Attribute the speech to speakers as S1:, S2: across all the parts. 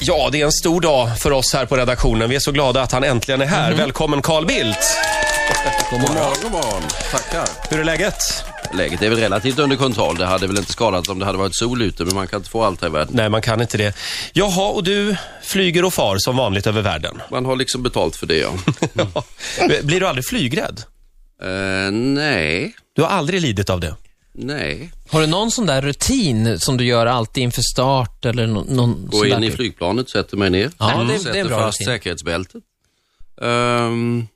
S1: Ja, det är en stor dag för oss här på redaktionen. Vi är så glada att han äntligen är
S2: Mhm.
S1: här. Välkommen Carl Bildt!
S2: God morgon, god morgon. Tackar.
S1: Hur är läget?
S2: Läget är väl relativt under kontroll. Det hade väl inte skadat om det hade varit sol ute, men man kan inte få allt här i världen.
S1: Nej, man kan inte det. Jaha, och du flyger och far som vanligt över världen.
S2: Man har liksom betalt för det, ja.
S1: Ja. Blir du aldrig flygrädd?
S2: Eh, nej,
S1: Du har aldrig lidit av det?
S2: nej.
S3: Har du någon sån där rutin som du gör alltid inför start eller nå- någon typ?
S2: Går
S3: sån
S2: in
S3: där
S2: i
S3: grej?
S2: flygplanet, sätter mig ner.
S3: Ja, det- det är
S2: sätter
S3: en bra
S2: fast
S3: rutin.
S2: säkerhetsbältet. Ehm,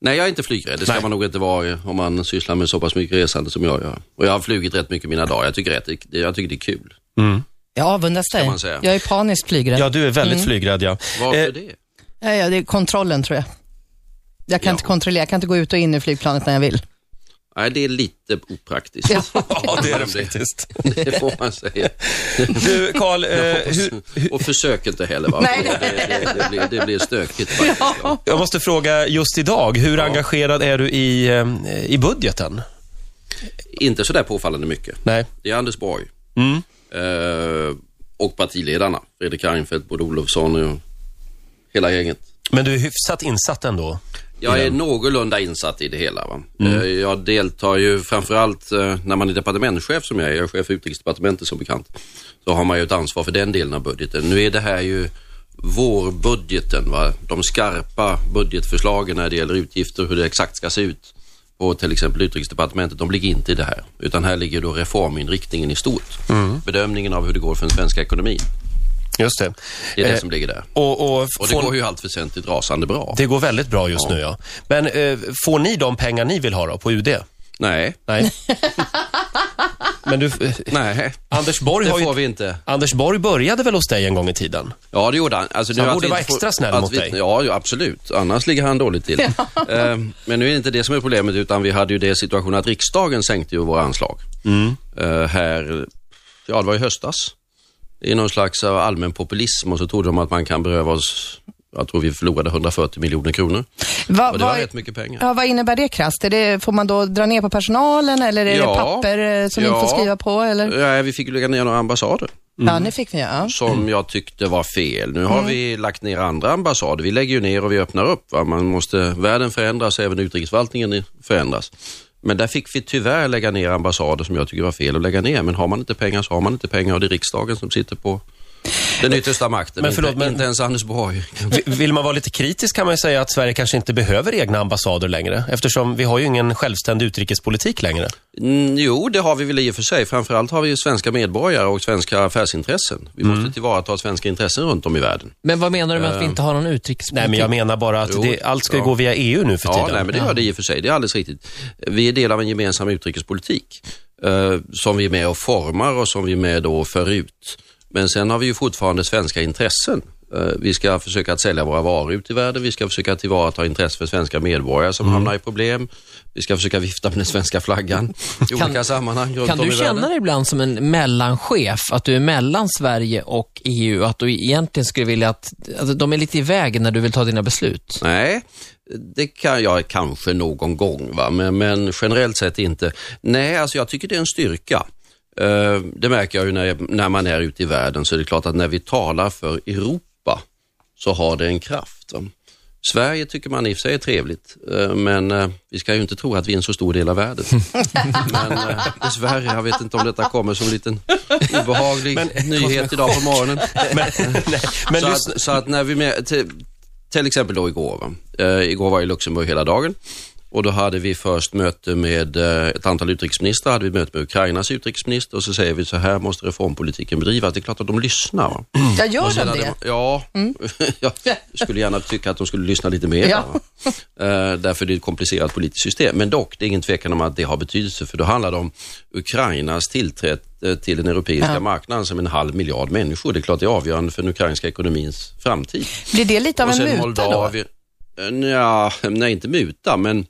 S2: nej, jag är inte flygrädd. Det ska
S1: Nej.
S2: man nog inte vara eh, om man sysslar med så pass mycket resande som jag gör. Och jag har flugit rätt mycket mina dagar. Jag tycker, rätt, det- jag tycker det är kul.
S4: Jag avundas dig.
S2: man säga.
S4: Jag är paniskt flygrädd.
S1: Ja, du är väldigt flygrädd, ja.
S2: Mm. Varför
S1: Eh,
S2: det?
S4: Ja, ja, det är kontrollen tror jag. Jag kan
S2: Ja.
S4: inte kontrollera, jag kan inte gå ut och in i flygplanet när jag vill.
S2: Nej, det är lite opraktiskt.
S4: Ja.
S1: Ja, det är det faktiskt.
S2: Det får man säga.
S1: Du, Carl, eh, hur,
S2: Och försök inte heller. Va?
S4: Nej,
S2: det, det, det, blir, det blir stökigt faktiskt. Ja.
S1: jag måste fråga just idag, hur engagerad är du i, eh, i budgeten?
S2: Inte sådär påfallande mycket.
S1: Nej.
S2: Det är Anders Borg eh, och partiledarna. Fredrik Reinfeldt, Maud Olofsson och hela gänget.
S1: Men du är hyfsat insatt ändå?
S2: Jag är någorlunda insatt i det hela. Va?
S1: Mm.
S2: Eh, Jag deltar ju framförallt eh, när man är departementschef som jag är, jag är chef för utrikesdepartementet som bekant, så har man ju ett ansvar för den delen av budgeten. Nu är det här ju vårbudgeten, va? de skarpa budgetförslagen när det gäller utgifter, hur det exakt ska se ut på till exempel utrikesdepartementet, de ligger inte i det här. Utan här ligger då reforminriktningen i stort.
S1: Mm.
S2: Bedömningen av hur det går för den svenska ekonomin.
S1: Just det.
S2: Det är det
S1: Eh,
S2: som ligger där.
S1: Och, och,
S2: Och det
S1: får-
S2: går ju allt väsentligt rasande bra.
S1: Det går väldigt bra just nu, ja. Men eh, får ni de pengar ni vill ha då, på UD?
S2: Nej,
S1: Nej. Men du, eh,
S2: nej.
S1: Anders Borg
S2: Det
S1: har ju...
S2: får vi inte.
S1: Anders Borg började väl hos dig en gång i tiden?
S2: Ja, det gjorde han. Alltså, nu
S1: han
S2: att
S1: borde
S2: vi
S1: vara
S2: inte
S1: extra snäll
S2: att
S1: mot
S2: vi,
S1: dig.
S2: Ja, ja, absolut. Annars ligger han dåligt till. Ehm, men nu är det inte det som är problemet, utan vi hade ju det situationen att riksdagen sänkte ju våra anslag.
S1: Mm.
S2: Ehm, här, ja det var i höstas. I någon slags eh, allmän populism och så trodde de att man kan beröva oss, jag tror vi förlorade 140 miljoner kronor.
S4: Va,
S2: Och det var
S4: vad-
S2: rätt mycket pengar.
S4: ja, vad innebär det krasst? Är det, får man då dra ner på personalen eller är
S2: Ja.
S4: det papper eh, som vi inte
S2: Ja. Eh,
S4: får skriva på? Eller?
S2: Ja, vi fick ju lägga ner några ambassader.
S4: Ja, nu fick vi ja.
S2: som jag tyckte var fel. Nu
S1: Mm.
S2: har vi lagt ner andra ambassader. Vi lägger ju ner och vi öppnar upp. Va? Man måste, världen förändras, även utrikesförvaltningen i- förändras. Men där fick vi tyvärr lägga ner ambassader som jag tycker var fel att lägga ner. Men har man inte pengar så har man inte pengar och det är riksdagen som sitter på den yttersta makten.
S1: Men förlåt,
S2: inte,
S1: men-
S2: inte ens Anders Borg.
S1: Vi- Vill man vara lite kritisk kan man ju säga att Sverige kanske inte behöver egna ambassader längre eftersom vi har ju ingen självständig utrikespolitik längre.
S2: Mm, jo, det har vi väl i och för sig. Framförallt har vi ju svenska medborgare och svenska affärsintressen. Vi
S1: Mm.
S2: måste tillvarata svenska intressen runt om i världen.
S3: Men vad menar du med att vi inte har någon utrikespolitik?
S1: Eh. Nej, men jag menar bara att
S2: Jo,
S1: det, allt ska ju
S2: ja.
S1: gå via EU nu för
S2: Ja,
S1: tiden.
S2: nej, men det gör det i och för sig. Det är alldeles riktigt. Vi är del av en gemensam utrikespolitik eh, som vi är med och formar och som vi är med och för ut. Men sen har vi ju fortfarande svenska intressen. Eh, vi ska försöka att sälja våra varor ut i världen. Vi ska försöka tillvarata intresse för svenska medborgare som hamnar i problem. Vi ska försöka vifta med den svenska flaggan i olika sammanhang runt
S3: Kan
S2: om i
S3: du känna
S2: världen.
S3: dig ibland som en mellanchef, att du är mellan Sverige och EU, att du egentligen skulle vilja att, att de är lite i vägen när du vill ta dina beslut?
S2: Nej, det kan jag kanske någon gång, va? Men, men generellt sett inte. Nej, alltså jag tycker det är en styrka. Eh, Det märker jag ju när, när man är ute i världen, så är det klart att när vi talar för Europa så har det en kraft. Va? Sverige tycker man i och för sig är trevligt, eh, men eh, vi ska ju inte tro att vi är en så stor del av världen. Men eh, dessvärre, jag vet inte om detta kommer som en liten obehaglig nyhet idag på morgonen.
S1: Men, nej, men
S2: Så
S1: lyssna,
S2: att, så att när vi med, till, till exempel då igår, va? Eh, igår var jag i Luxemburg hela dagen och då hade vi först möte med eh, ett antal utrikesministrar, hade vi möte med Ukrainas utrikesminister och så säger vi så här måste reformpolitiken bedrivas. Det är klart att de lyssnar. Va?
S4: Jag gör
S2: Sedan
S4: de
S2: hade
S4: det?
S2: man- Mm. Ja, jag skulle gärna tycka att de skulle lyssna lite mer.
S4: Mm. Ja.
S2: va? Eh, därför det är ett komplicerat politiskt system. Men dock, det är ingen tvekan om att det har betydelse för då handlar det om Ukrainas tillträde eh, till den europeiska marknaden som en halv miljard människor. Det är klart det är avgörande för den ukrainska ekonomins framtid.
S4: Blir det lite av
S2: Och
S4: en
S2: sen
S4: muta då?
S2: Moldavien. Eh, Nja, nej inte muta, men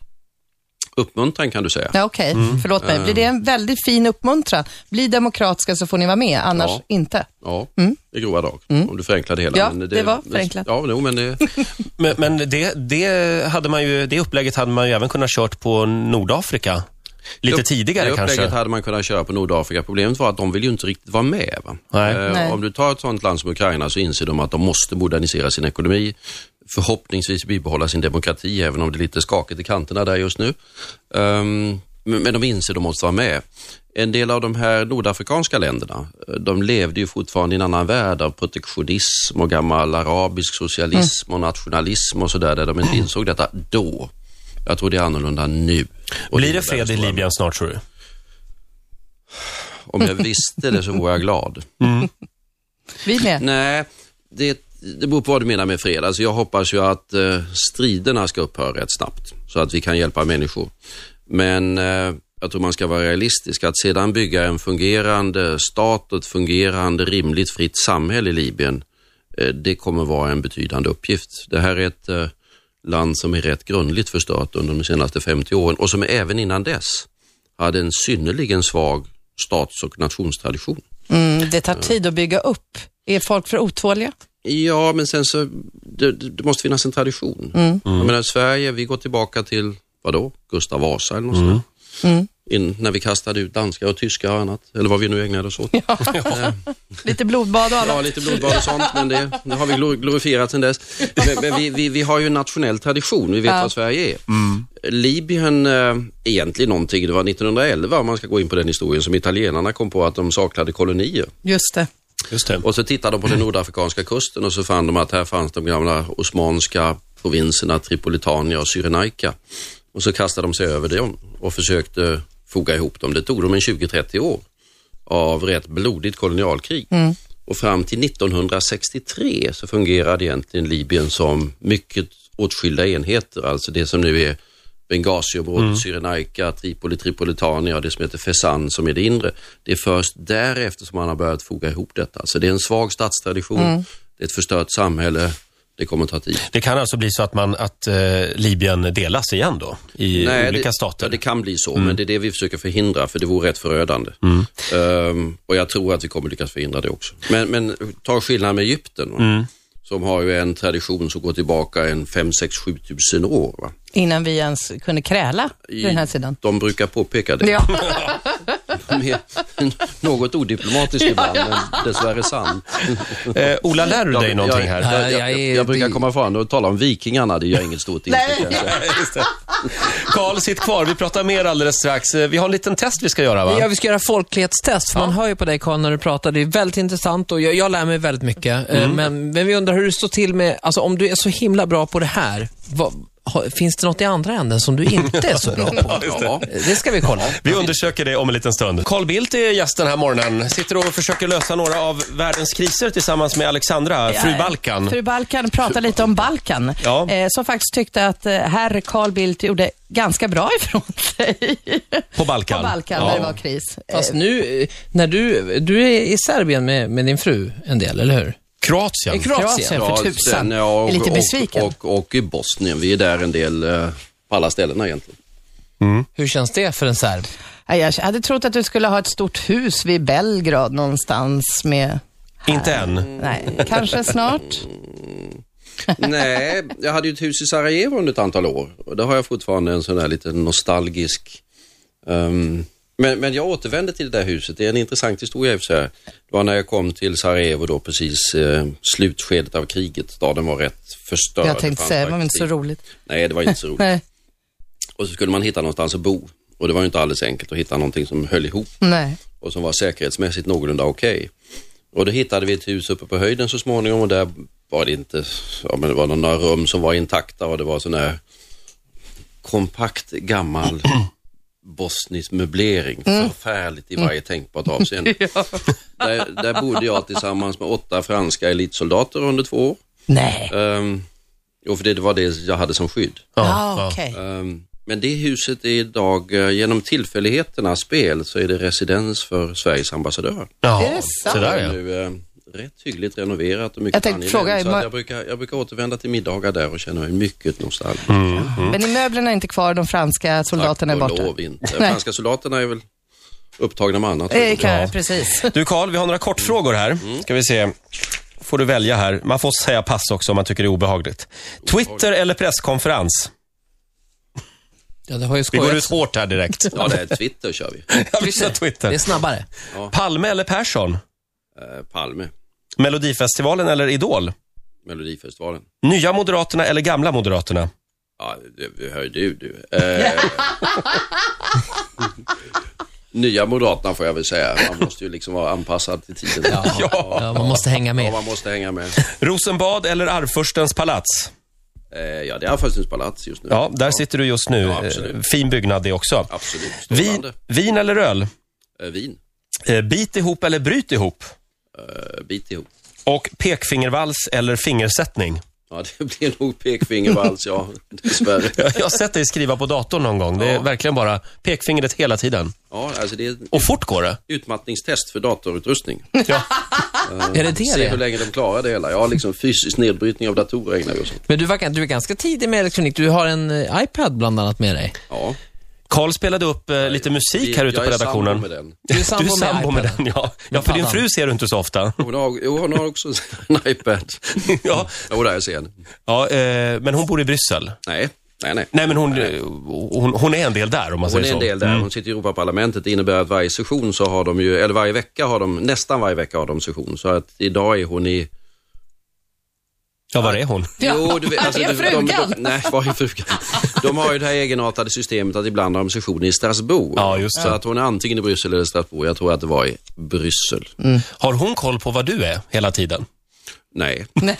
S2: uppmuntran kan du säga.
S4: Ja, Okej,
S2: Mm.
S4: förlåt mig.
S2: Eh.
S4: Blir det en väldigt fin uppmuntran? Bli demokratiska så får ni vara med, annars
S2: Ja.
S4: inte.
S2: Ja, i grova drag. Om du förenklar det hela.
S4: Mm. Ja, det var förenklat.
S2: Ja, jo, men det,
S1: men, men det, det, hade man ju, det upplägget hade man ju även kunnat kört på Nordafrika. Lite
S2: Upp-
S1: tidigare
S2: det upplägget
S1: kanske?
S2: hade man kunnat köra på Nordafrika. Problemet var att de vill ju inte riktigt vara med. Va?
S1: Nej.
S2: Eh,
S4: Nej.
S2: Om du tar ett sådant land som Ukraina så inser de att de måste modernisera sin ekonomi, förhoppningsvis bibehålla sin demokrati, även om det är lite skakigt i kanterna där just nu. Ehm, men men de inser att de måste vara med. En del av de här nordafrikanska länderna, eh, de levde ju fortfarande i en annan värld av protektionism och gammal arabisk socialism och nationalism och sådär, där de inte insåg detta då. Jag tror det är annorlunda nu. Och
S1: Blir det
S2: innebär
S1: fred i
S2: stora
S1: Libyen snart tror du?
S2: om jag visste det så vore jag glad.
S4: Vi med.
S2: Nej, det, det beror på vad du menar med fred. Alltså jag hoppas ju att eh, striderna ska upphöra rätt snabbt så att vi kan hjälpa människor. Men eh, jag tror man ska vara realistisk. Att sedan bygga en fungerande stat och ett fungerande, rimligt fritt samhälle i Libyen, eh, det kommer vara en betydande uppgift. Det här är ett eh, land som är rätt grundligt förstört under de senaste 50 åren och som även innan dess hade en synnerligen svag stats och nationstradition.
S4: Mm, det tar tid att bygga upp. Är folk för otåliga?
S2: Ja, men sen så, det, det måste finnas en tradition. Jag menar, Sverige, vi går tillbaka till, vadå, Gustav Vasa eller något sånt där. In, när vi kastade ut danskar och tyskar och annat, eller vad vi nu ägnade oss åt. Ja,
S4: Lite blodbad och annat.
S2: lite blodbad och sånt, men det, det har vi glor- glorifierat sedan dess. Men, men vi, vi, vi har ju en nationell tradition, vi vet vad Sverige är. Libyen, eh, egentligen någonting, det var 1911 om man ska gå in på den historien, som italienarna kom på att de saknade kolonier.
S4: Just det.
S1: Just det.
S2: Och så tittade de på den nordafrikanska kusten och så fann de att här fanns de gamla osmanska provinserna Tripolitania och Cyrenaika. Och så kastade de sig över dem och försökte foga ihop dem. Det tog dem en 20-30 år av rätt blodigt kolonialkrig. Och fram till 1963 så fungerade egentligen Libyen som mycket åtskilda enheter, alltså det som nu är Benghaziområdet,
S1: Mm.
S2: Cyrenaika, Tripoli, Tripolitania och det som heter Fezzan som är det inre. Det är först därefter som man har börjat foga ihop detta. Så det är en svag statstradition,
S4: Mm.
S2: det är ett förstört samhälle, det kommer ta tid.
S1: Det kan alltså bli så att, man, att eh, Libyen delas igen då i olika
S2: det,
S1: stater? Mm.
S2: Ja, det kan bli så, men det är det vi försöker förhindra, för det vore rätt förödande. Ehm, och jag tror att vi kommer lyckas förhindra det också. Men, men ta skillnaden med Egypten, va?
S1: Mm.
S2: som har ju en tradition som går tillbaka en 5, 6, 7 tusen år. Va?
S4: Innan vi ens kunde kräla på den här sidan.
S2: De brukar påpeka det.
S4: Ja.
S2: De är något odiplomatisk ibland, men dessvärre sann.
S1: Eh, Ola, lär du dig någonting här?
S2: Jag, jag,
S3: Nej, jag
S2: jag,
S3: är-
S2: jag, brukar komma fram och tala om vikingarna, det gör inget stort intryck.
S4: Nej.
S2: kan jag säga.
S1: Just det. Karl, sitt kvar. Vi pratar mer alldeles strax. Eh, Vi har en liten test vi ska göra, va?
S3: Ja, vi ska göra folklighetstest, för man hör ju på dig Karl när du pratar. Det är väldigt intressant och jag, jag lär mig väldigt mycket. Eh,
S1: Mm.
S3: Men, men vi undrar hur det står till med, alltså om du är så himla bra på det här, vad, har, finns det något i andra änden som du inte är så bra på?
S2: Ja.
S3: Det ska vi kolla.
S1: Vi undersöker det om en liten stund. Carl Bildt är gäst den här morgonen. Sitter och försöker lösa några av världens kriser tillsammans med Alexandra, fru Balkan.
S4: Fru Balkan pratar lite om Balkan,
S1: Ja.
S4: eh, som faktiskt tyckte att eh, herr Carl Bildt gjorde ganska bra ifrån sig
S1: På Balkan.
S4: på Balkan
S1: Ja.
S4: när det var kris. Eh,
S3: Fast nu, eh, när du, du är i Serbien med, med din fru en del, eller hur?
S1: Kroatien.
S3: I Kroatien.
S4: Eh, Kroatien. för tusan.
S2: ja,
S4: typ Är lite besviken.
S2: Och, och, och i Bosnien, vi är där en del, eh, på alla ställena egentligen.
S3: Hur känns det för en serb?
S4: nej, jag hade trott att du skulle ha ett stort hus vid Belgrad någonstans med...
S1: Inte än.
S4: Nej, kanske snart.
S2: Nej, jag hade ju ett hus i Sarajevo under ett antal år och där har jag fortfarande en sån där lite nostalgisk... ehm, men, men jag återvände till det där huset, det är en intressant historia i och för sig. Det var när jag kom till Sarajevo då precis eh, slutskedet av kriget, staden var rätt förstörd.
S4: Jag tänkte
S2: Det
S4: säga, det var
S2: fanns
S4: väl inte så
S2: faktiskt-
S4: roligt.
S2: Nej, det var inte så roligt.
S4: Nej,
S2: Och så skulle man hitta någonstans att bo och det var ju inte alldeles enkelt att hitta någonting som höll ihop
S4: nej.
S2: och som var säkerhetsmässigt någorlunda okej. Och då hittade vi ett hus uppe på höjden så småningom och där var det inte, ja men det var några rum som var intakta och det var sån här kompakt gammal bosnisk möblering, förfärligt i varje tänkbart avseende. där, där bodde jag tillsammans med åtta franska elitsoldater under två år.
S4: Nej.
S2: Ehm, jo, för det var det jag hade som skydd.
S4: ah, okej.
S2: Ehm, Men det huset är idag, eh, genom tillfälligheternas spel, så är det residens för Sveriges ambassadör.
S1: Ja,
S4: Är det sant?
S1: så där ja.
S2: Nu eh, rätt hyggligt renoverat och mycket
S4: Jag tänkte
S2: angenämt,
S4: fråga,
S2: så att
S4: ma-
S2: jag, brukar, jag brukar återvända till middagar där och känna mig mycket nostalgisk.
S4: Men i möblerna är inte kvar, de franska Mm. soldaterna är
S2: Mm. Tack och
S4: borta.
S2: lov inte.
S4: Nej.
S2: Franska soldaterna är väl upptagna med annat.
S4: Eh, kan, Precis.
S1: Du Karl, vi har några kortfrågor här. Ska vi se. Får du välja här. Man får säga pass också om man tycker det är obehagligt. Twitter eller presskonferens?
S3: Ja, det har ju
S1: Vi går ut
S3: skojats.
S1: hårt här direkt.
S2: Ja, det är Twitter kör vi.
S1: Ja, vi kör
S3: Det är
S1: Twitter.
S3: snabbare.
S1: Palme eller Persson?
S2: Eh, Palme,
S1: Melodifestivalen eller Idol?
S2: Melodifestivalen.
S1: Nya Moderaterna eller Gamla Moderaterna?
S2: Ja, det hör ju du. du. Eh, nya Moderaterna får jag väl säga. Man måste ju liksom vara anpassad till tiden. Ja,
S3: Ja, man måste hänga med.
S2: man måste hänga med.
S1: Rosenbad eller Arvfurstens palats?
S2: Eh, ja, det är Arvfurstens palats just nu.
S1: Ja, där sitter du just nu.
S2: Ja, absolut.
S1: Eh, fin byggnad det också.
S2: Absolut. Strålande.
S1: Vin, vin eller öl?
S2: Eh, vin.
S1: Eh, Bit ihop eller bryt ihop?
S2: Eh, bit ihop.
S1: Och pekfingervals eller fingersättning?
S2: Ja, det blir nog pekfingervals, ja. Dessvärre.
S1: Jag har sett dig skriva på datorn någon gång. Det är verkligen bara pekfingret hela tiden.
S2: Ja, alltså det är ett
S1: Och fort går det.
S2: utmattningstest för datorutrustning.
S3: Är det det det
S2: Se hur
S3: är?
S2: länge de klarar det hela. Ja, liksom fysisk nedbrytning av datorer ägnar vi oss åt.
S3: Men du, verkar, du är ganska tidig med elektronik. Du har en eh, iPad bland annat med dig.
S2: Ja.
S1: Carl spelade upp eh, lite musik här ute
S2: jag
S1: på
S2: är sambo
S1: redaktionen.
S2: med den.
S3: Du är
S1: Du är sambo med
S3: iPaden.
S1: den, ja. Ja, för din
S3: paddan.
S1: fru ser du inte så ofta.
S2: Hon har, jo, hon har också en iPad.
S1: Ja,
S2: Jo, där ser jag henne.
S1: ja eh, men hon bor i Bryssel.
S2: Nej, nej, nej.
S1: Nej, men hon, eh, hon, hon är en del där, om man
S2: Hon är
S1: säger
S2: en
S1: så.
S2: del
S1: Mm.
S2: där, hon sitter i Europaparlamentet. Det innebär att varje session så har de ju, eller varje vecka har de, nästan varje vecka har de session. Så att idag är hon i...
S1: Ja, var är hon?
S2: Jo, du vet, alltså,
S4: Var är
S2: du- de-
S4: frugan?
S2: de- Nej, var är frugan? De har ju det här egenartade systemet att ibland har de sessioner i Strasbourg.
S1: Ja, just det.
S2: Så att hon är antingen i Bryssel eller Strasbourg. Jag tror att det var i Bryssel.
S4: Mm.
S1: Har hon koll på vad du är hela tiden?
S2: Nej,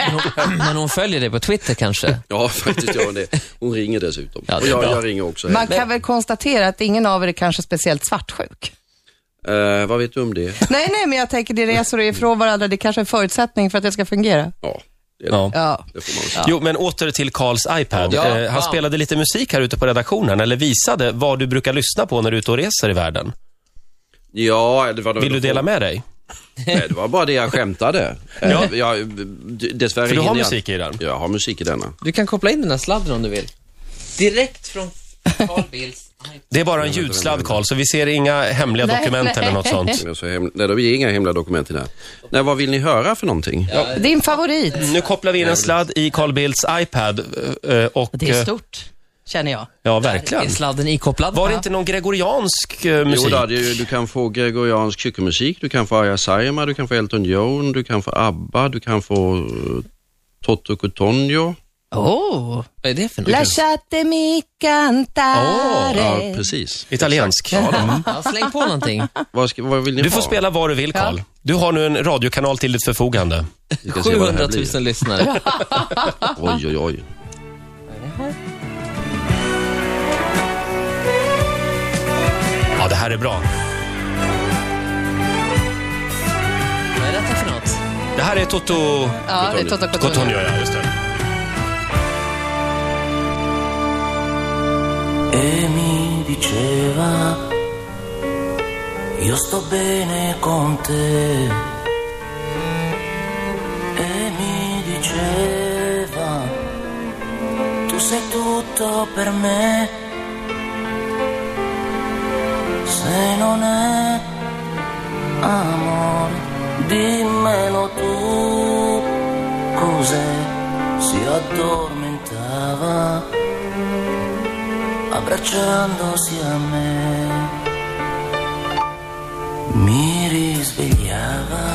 S3: Men hon följer dig på Twitter kanske?
S2: ja faktiskt gör hon det. Hon ringer dessutom.
S3: Ja, det
S2: Och
S3: är
S2: jag,
S3: bra.
S2: jag ringer också.
S4: Man kan väl konstatera att ingen av er är kanske speciellt svartsjuk?
S2: Eh, vad vet du om det?
S4: Nej, nej, men jag tänker det resor är ifrån varandra. Det kanske är en förutsättning för att det ska fungera.
S2: Ja, det,
S1: Ja.
S4: Ja.
S2: det får man säga.
S1: Jo, men åter till Karls iPad.
S3: Ja,
S1: eh, han
S3: fan.
S1: spelade lite musik här ute på redaktionen, eller visade vad du brukar lyssna på när du är ute och reser i världen.
S2: Ja, det var
S1: Vill du dela med dig?
S2: Nej, det var bara det jag skämtade. ja. jag, dessvärre
S1: För du har
S2: hinner jag-
S1: musik i den.
S2: Jag har musik i denna.
S3: Du kan koppla in den här sladden om du vill. Direkt från Carl Bildts iPad.
S1: Det är bara en ljudsladd, Karl, så vi ser inga hemliga
S4: Nej,
S1: dokument eller något sånt.
S2: Som jag sa, hem, nej, det är inga hemliga dokument i den här. Nej, vad vill ni höra för någonting? Ja.
S4: Din favorit.
S1: Nu kopplar vi in en sladd i Carl Bildts iPad. eh, eh, Och,
S4: Det är
S1: eh,
S4: stort, känner jag.
S1: ja,
S3: Är
S1: verkligen.
S3: sladden ikopplad?
S1: Var det inte någon gregoriansk eh,
S2: Jo,
S1: musik?
S2: då, det är ju- du kan få gregoriansk kyrkomusik, du kan få Aya Saima, du kan få Elton John, du kan få ABBA, du kan få eh, Toto Cotonio.
S4: Oh.
S3: Vad är det för något?
S4: Lasciatemi
S2: Ja,
S4: cantare.
S2: precis.
S1: Italiensk.
S3: Ja, släng på någonting.
S2: Vad, ska, vad vill ni
S1: Du
S2: ha?
S1: får spela vad du vill, Carl. Du har nu en radiokanal till ditt förfogande.
S2: Vi ska se vad det
S3: 700
S2: här
S3: 000 lyssnare.
S2: blir. Oj, oj, oj.
S1: Ja, det här är bra.
S3: Vad är detta för något?
S1: Det här är Toto
S4: Ja, det är Toto Cotugno.
S1: Cotonio, ja, just det.
S5: e mi diceva io sto bene con te e mi diceva tu sei tutto per me se non è amore dimmelo tu cos'è si addormentava abbracciandosi a me. Mi risvegliava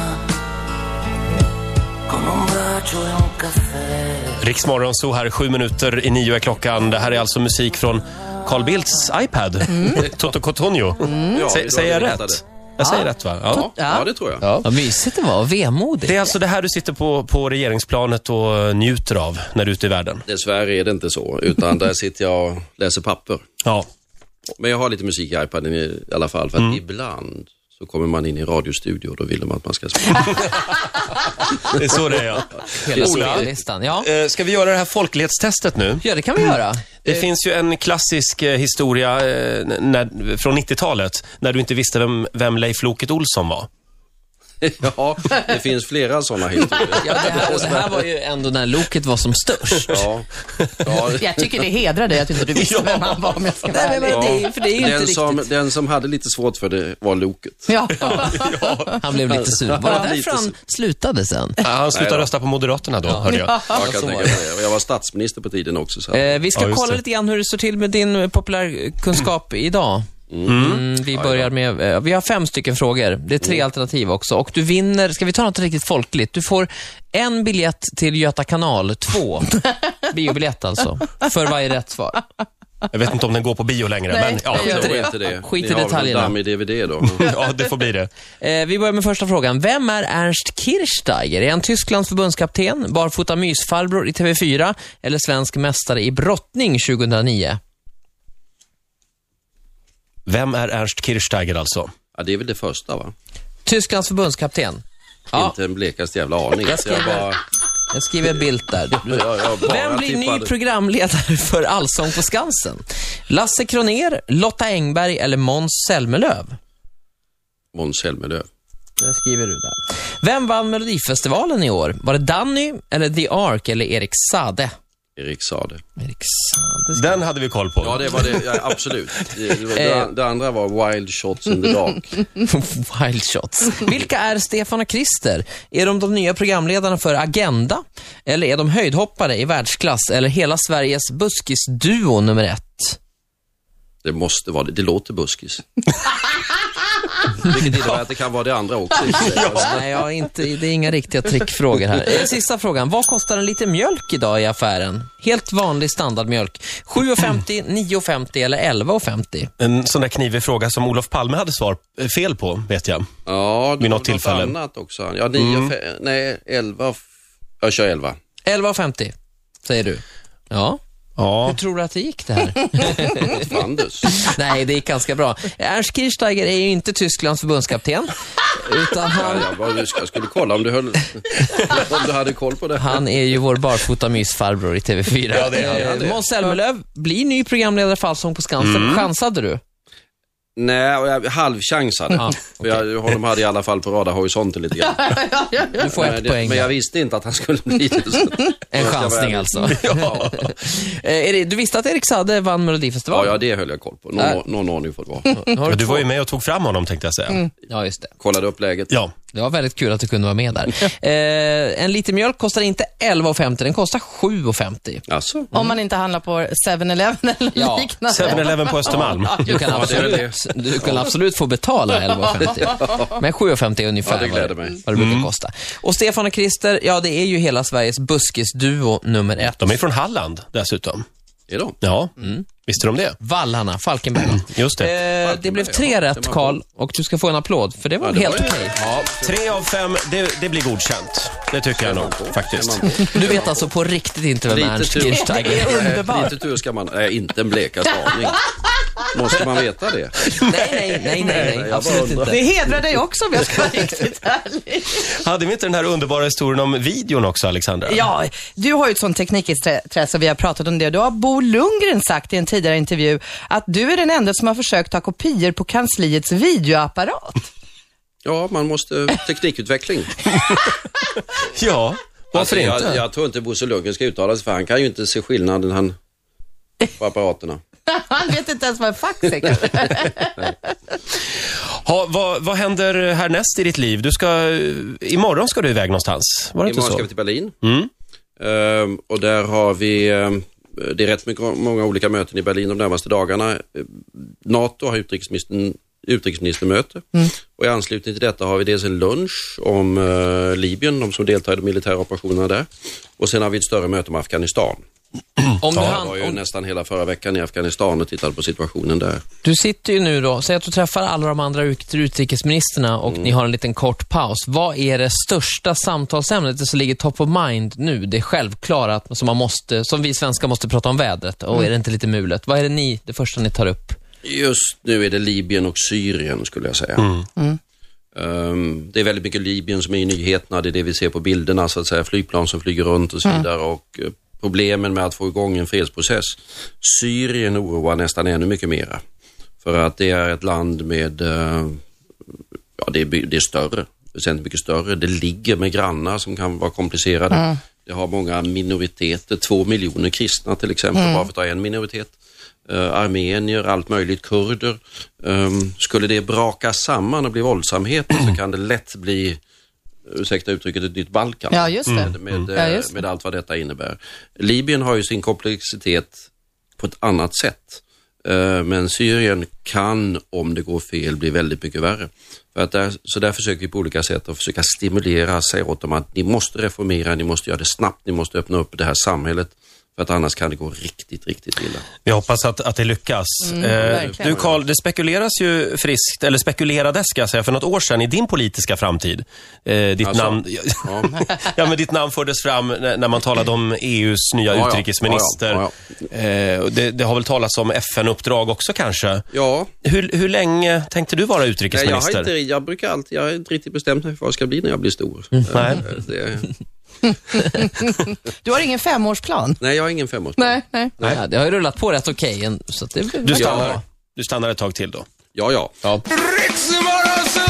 S5: con un bacio e un caffè.
S1: Riksmorgon så här, sju minuter i nio är klockan. Det här är alltså musik från Carl Bildts iPad.
S4: Mm.
S1: Toto Cotonio.
S2: Ja,
S1: Sä-
S2: då
S1: säger jag
S2: har vi rättat
S1: rätt? Jag säger rätt, va? Ja.
S2: det. Ja, det tror jag.
S3: Vad mysigt det var. Vemodigt.
S1: Det är alltså det här du sitter på, på regeringsplanet och eh, njuter av när du är ute i världen.
S2: Dessvärre är det inte så, utan där sitter jag och läser papper.
S1: Ja.
S2: Men jag har lite musik i iPaden i alla fall, för att ibland så kommer man in i radiostudio och då vill de att man ska spela.
S1: Det är så det är, ja.
S3: Hela
S1: Ola.
S3: spellistan. Ja.
S1: Eh, Ska vi göra det här folklighetstestet nu?
S3: ja, det kan vi göra.
S1: Det finns ju en klassisk eh, historia eh, n- när, från 90-talet, när du inte visste vem, vem Leif Loket Olsson var.
S2: ja, det finns flera sådana historier.
S3: Ja, det, här, och det här var ju ändå när loket var som störst.
S2: Ja. Ja.
S4: Jag tycker det hedrar dig att inte du visste vem han var om jag ska vara
S3: Nej, men,
S4: ärlig.
S3: men, det, är- för det är ju
S2: Den
S3: inte
S2: som,
S3: riktigt...
S2: den som hade lite svårt för det var Loket.
S4: Ja.
S3: Han blev lite sur. Var
S2: Ja, lite
S3: det därför
S2: sur.
S3: han slutade sen?
S1: Ja, han slutade rösta på Moderaterna då, hörde jag.
S2: Jag, kan tänka mig det. Och jag var statsminister på tiden också. Så att,
S3: Eh, vi ska
S1: Ja, just
S3: kolla
S1: det.
S3: lite grann hur det står till med din eh, populärkunskap idag. Mm, vi börjar med, eh, vi har fem stycken frågor. Det är tre
S1: Mm.
S3: alternativ också. Och du vinner, ska vi ta något riktigt folkligt? Du får en biljett till Göta kanal, två. Biobiljett alltså, för varje rätt svar.
S1: Jag vet inte om den går på bio längre,
S4: Nej,
S1: men ja,
S4: det gör
S2: tror
S3: det.
S2: inte det.
S3: Skit i
S2: Ni har väl en
S3: detaljerna.
S2: damm i DVD då.
S1: ja, det får bli det.
S3: Eh, vi börjar med första frågan. Vem är Ernst Kirchsteiger? Är han Tysklands förbundskapten, barfota mysfarbror i TV4 eller svensk mästare i brottning 2009?
S1: Vem är Ernst Kirchsteiger alltså?
S2: Ja, det är väl det första va?
S3: Tysklands förbundskapten. Ja,
S2: Inte en blekaste jävla aning.
S3: Jag
S2: Så jag
S3: skriver-
S2: bara,
S3: jag skriver Bildt där.
S2: jag, jag bara
S3: Vem blir ny
S2: tippade.
S3: programledare för Allsång på Skansen? Lasse Kroner, Lotta Engberg eller Måns Zelmerlöw?
S2: Måns Zelmerlöw.
S3: Det skriver du där. Vem vann Melodifestivalen i år? Var det Danny, eller The Ark eller Erik Sade?
S2: Erik Sade.
S3: Erik Sade.
S1: Den hade vi koll på.
S2: Ja, det var det. Ja, absolut. Det, det, var-
S3: Eh.
S2: det, det andra var Wild Shots in the Dark.
S3: Wild shots. Vilka är Stefan och Christer? Är de de nya programledarna för Agenda? Eller är de höjdhoppare i världsklass? Eller hela Sveriges buskisduo nummer ett?
S2: Det måste vara det. Det låter buskis. Vilket innebär att det kan vara det andra också. i och för sig.
S3: Nej, jag är inte, det är inga riktiga trickfrågor här. Eh, Sista frågan. Vad kostar en liter mjölk idag i affären? Helt vanlig standardmjölk. 7,50, 9,50 eller 11,50?
S1: En sån där knivig fråga som Olof Palme hade svar eh, fel på, vet jag.
S2: Ja, det
S1: Vid
S2: var
S1: något tillfälle. Mm.
S2: annat också. Ja, nio, fe- nej, elva. f- Jag kör elva.
S3: 11,50 säger du. Ja.
S1: Ja.
S3: Hur tror du att det gick det här?
S2: Fandus.
S3: Nej, det gick ganska bra. Ernst Kirchsteiger är ju inte Tysklands förbundskapten, utan han,
S2: Ja, jag, bara, jag skulle kolla om du, höll, om du hade koll på det.
S3: han är ju vår barfota mysfarbror i TV4.
S1: Ja, det är
S3: Eh, Måns Zelmerlöw blir ny programledare för Allsång på Skansen. Chansade du?
S2: Nej, och jag halvchansade.
S3: Ja,
S2: För jag, honom hade i alla fall på radarhorisonten lite grann.
S3: Du får
S2: men,
S3: ett
S2: det-
S3: poäng.
S2: men jag visste inte att han skulle bli det. Så.
S3: En chansning alltså. Ja. du visste att Erik Sade vann
S2: Ja,
S3: Melodifestivalen?
S2: ja, det höll jag koll på.
S3: Nej.
S2: Någon, någon aning får det vara.
S3: Nu har
S1: Men du Mm.
S3: du två.
S1: var ju med och tog fram honom, tänkte jag säga.
S3: ja, just det.
S2: Kollade upp läget.
S1: Ja.
S3: Det var väldigt kul att du kunde vara med där. Eh, en liter mjölk kostar inte 11,50, den kostar 7,50.
S2: Alltså,
S4: Om man inte handlar på 7-Eleven eller
S3: Ja,
S4: liknande.
S1: 7-Eleven på Östermalm.
S3: Du kan,
S2: Ja, det är väl
S3: absolut, du kan absolut få betala 11,50. Men 7,50 är ungefär
S2: Ja, det
S3: vad,
S2: gläder mig. Mm.
S3: vad det brukar kosta. Och Stefan och Christer, ja det är ju hela Sveriges buskisduo nummer ett.
S1: De är från Halland dessutom.
S2: är de?
S1: Ja,
S2: Mm.
S1: visste de det?
S3: Vallarna, Falkenberg.
S1: Just det.
S3: Eh, det blev tre rätt, Karl, och du ska få en applåd, för det var
S2: Ja, det
S3: helt
S2: var ju-
S3: okej.
S1: Ja, tre av fem, det, det blir godkänt. Det tycker jag nog, faktiskt.
S3: Du vet alltså på riktigt inte vem
S2: Lite
S3: Ernst
S2: tur.
S3: Kirchsteiger
S4: Det
S3: är?
S4: är
S2: Eh,
S4: underbart.
S2: Lite tur ska man... Nej, inte en blekaste aning. Måste man veta det?
S3: Nej, nej, nej, nej, nej,
S2: jag bara
S3: absolut
S2: undrar.
S4: Det
S3: inte.
S4: hedrar dig också om jag ska vara riktigt ärlig.
S1: Hade vi inte den här underbara historien om videon också, Alexandra?
S4: Ja, du har ju ett sånt teknikintresse, vi har pratat om det. Och Då har Bo Lundgren sagt i en tidigare intervju att du är den enda som har försökt ta kopior på kansliets videoapparat.
S2: Ja, man måste... Teknikutveckling.
S1: Ja, varför
S2: Alltså,
S1: inte?
S2: Jag, jag tror inte Bosse Lundgren ska uttala sig, för han kan ju inte se skillnaden han, på apparaterna.
S4: Han vet inte ens vad en fax är kanske.
S1: Ha, vad, vad händer härnäst i ditt liv? Du ska, eh, imorgon ska du iväg någonstans. Var det inte
S2: Imorgon
S1: så? Mm.
S2: ska vi till Berlin. Ehm, och där har vi, ehm, det är rätt mycket, många olika möten i Berlin de närmaste dagarna. Ehm, NATO har utrikesministern, utrikesministermöte
S1: Mm.
S2: och i anslutning till detta har vi dels en lunch om eh, Libyen, de som deltar i de militära operationerna där. Och sen har vi ett större möte om Afghanistan.
S3: Om du,
S2: Jag var
S3: hann,
S2: ju
S3: om,
S2: nästan hela förra veckan i Afghanistan och tittade på situationen där.
S3: Du sitter ju nu då, säg att du träffar alla de andra ut- utrikesministrarna och
S2: Mm.
S3: ni har en liten kort paus. Vad är det största samtalsämnet det som ligger top of mind nu? Det är självklara att- som man måste, som vi svenskar måste prata om vädret.
S2: Mm.
S3: Och är det inte lite mulet? Vad är det ni, det första ni tar upp?
S2: Just nu är det Libyen och Syrien skulle jag säga. Ehm, det är väldigt mycket Libyen som är i nyheterna, det är det vi ser på bilderna, så att säga. flygplan som flyger runt och så vidare och eh, problemen med att få igång en fredsprocess. Syrien oroar nästan ännu mycket mera. För att det är ett land med, eh, ja det är, by- det är större. väsentligt mycket större. Det ligger med grannar som kan vara komplicerade. Det har många minoriteter, två miljoner kristna till exempel, bara för att ta en minoritet. Eh, armenier, allt möjligt, kurder. Ehm, skulle det braka samman och bli våldsamheter så kan det lätt bli, ursäkta uttrycket, ett nytt Balkan
S4: Ja, just det.
S2: med, med,
S4: Mm. Ja,
S2: eh,
S4: just det.
S2: med allt vad detta innebär. Libyen har ju sin komplexitet på ett annat sätt. Eh, Men Syrien kan, om det går fel, bli väldigt mycket värre. För att där, så där försöker vi på olika sätt att försöka stimulera, säga åt dem att ni måste reformera, ni måste göra det snabbt, ni måste öppna upp det här samhället. För att annars kan det gå riktigt, riktigt illa.
S1: Vi hoppas att, att det lyckas.
S2: Mm,
S1: eh,
S4: verkligen.
S1: du Karl, det spekuleras ju friskt, eller spekulerades ska jag säga, för något år sedan i din politiska framtid. Eh, ditt,
S2: Alltså?
S1: namn,
S2: Ja.
S1: ja, men ditt namn fördes fram när när man talade om EUs nya
S2: Ja, ja.
S1: utrikesminister.
S2: Ja,
S1: Eh, och det, det har väl talats om FN-uppdrag också kanske.
S2: ja,
S1: Hur, hur länge tänkte du vara
S2: Nej, jag,
S1: utrikesminister?
S2: har inte, jag brukar alltid, jag har inte riktigt bestämt mig för vad jag ska bli när jag blir stor.
S1: Nej.
S2: Eh, Det,
S4: Du har ingen femårsplan?
S2: nej, jag har ingen femårsplan.
S4: Nej, nej.
S3: Ja, det har ju rullat på rätt okej än, så att det blir...
S1: Du stannar,
S2: Ja.
S1: du stannar ett tag till då.
S2: Ja, ja.
S3: Ja.
S1: Riksmorgonzoo!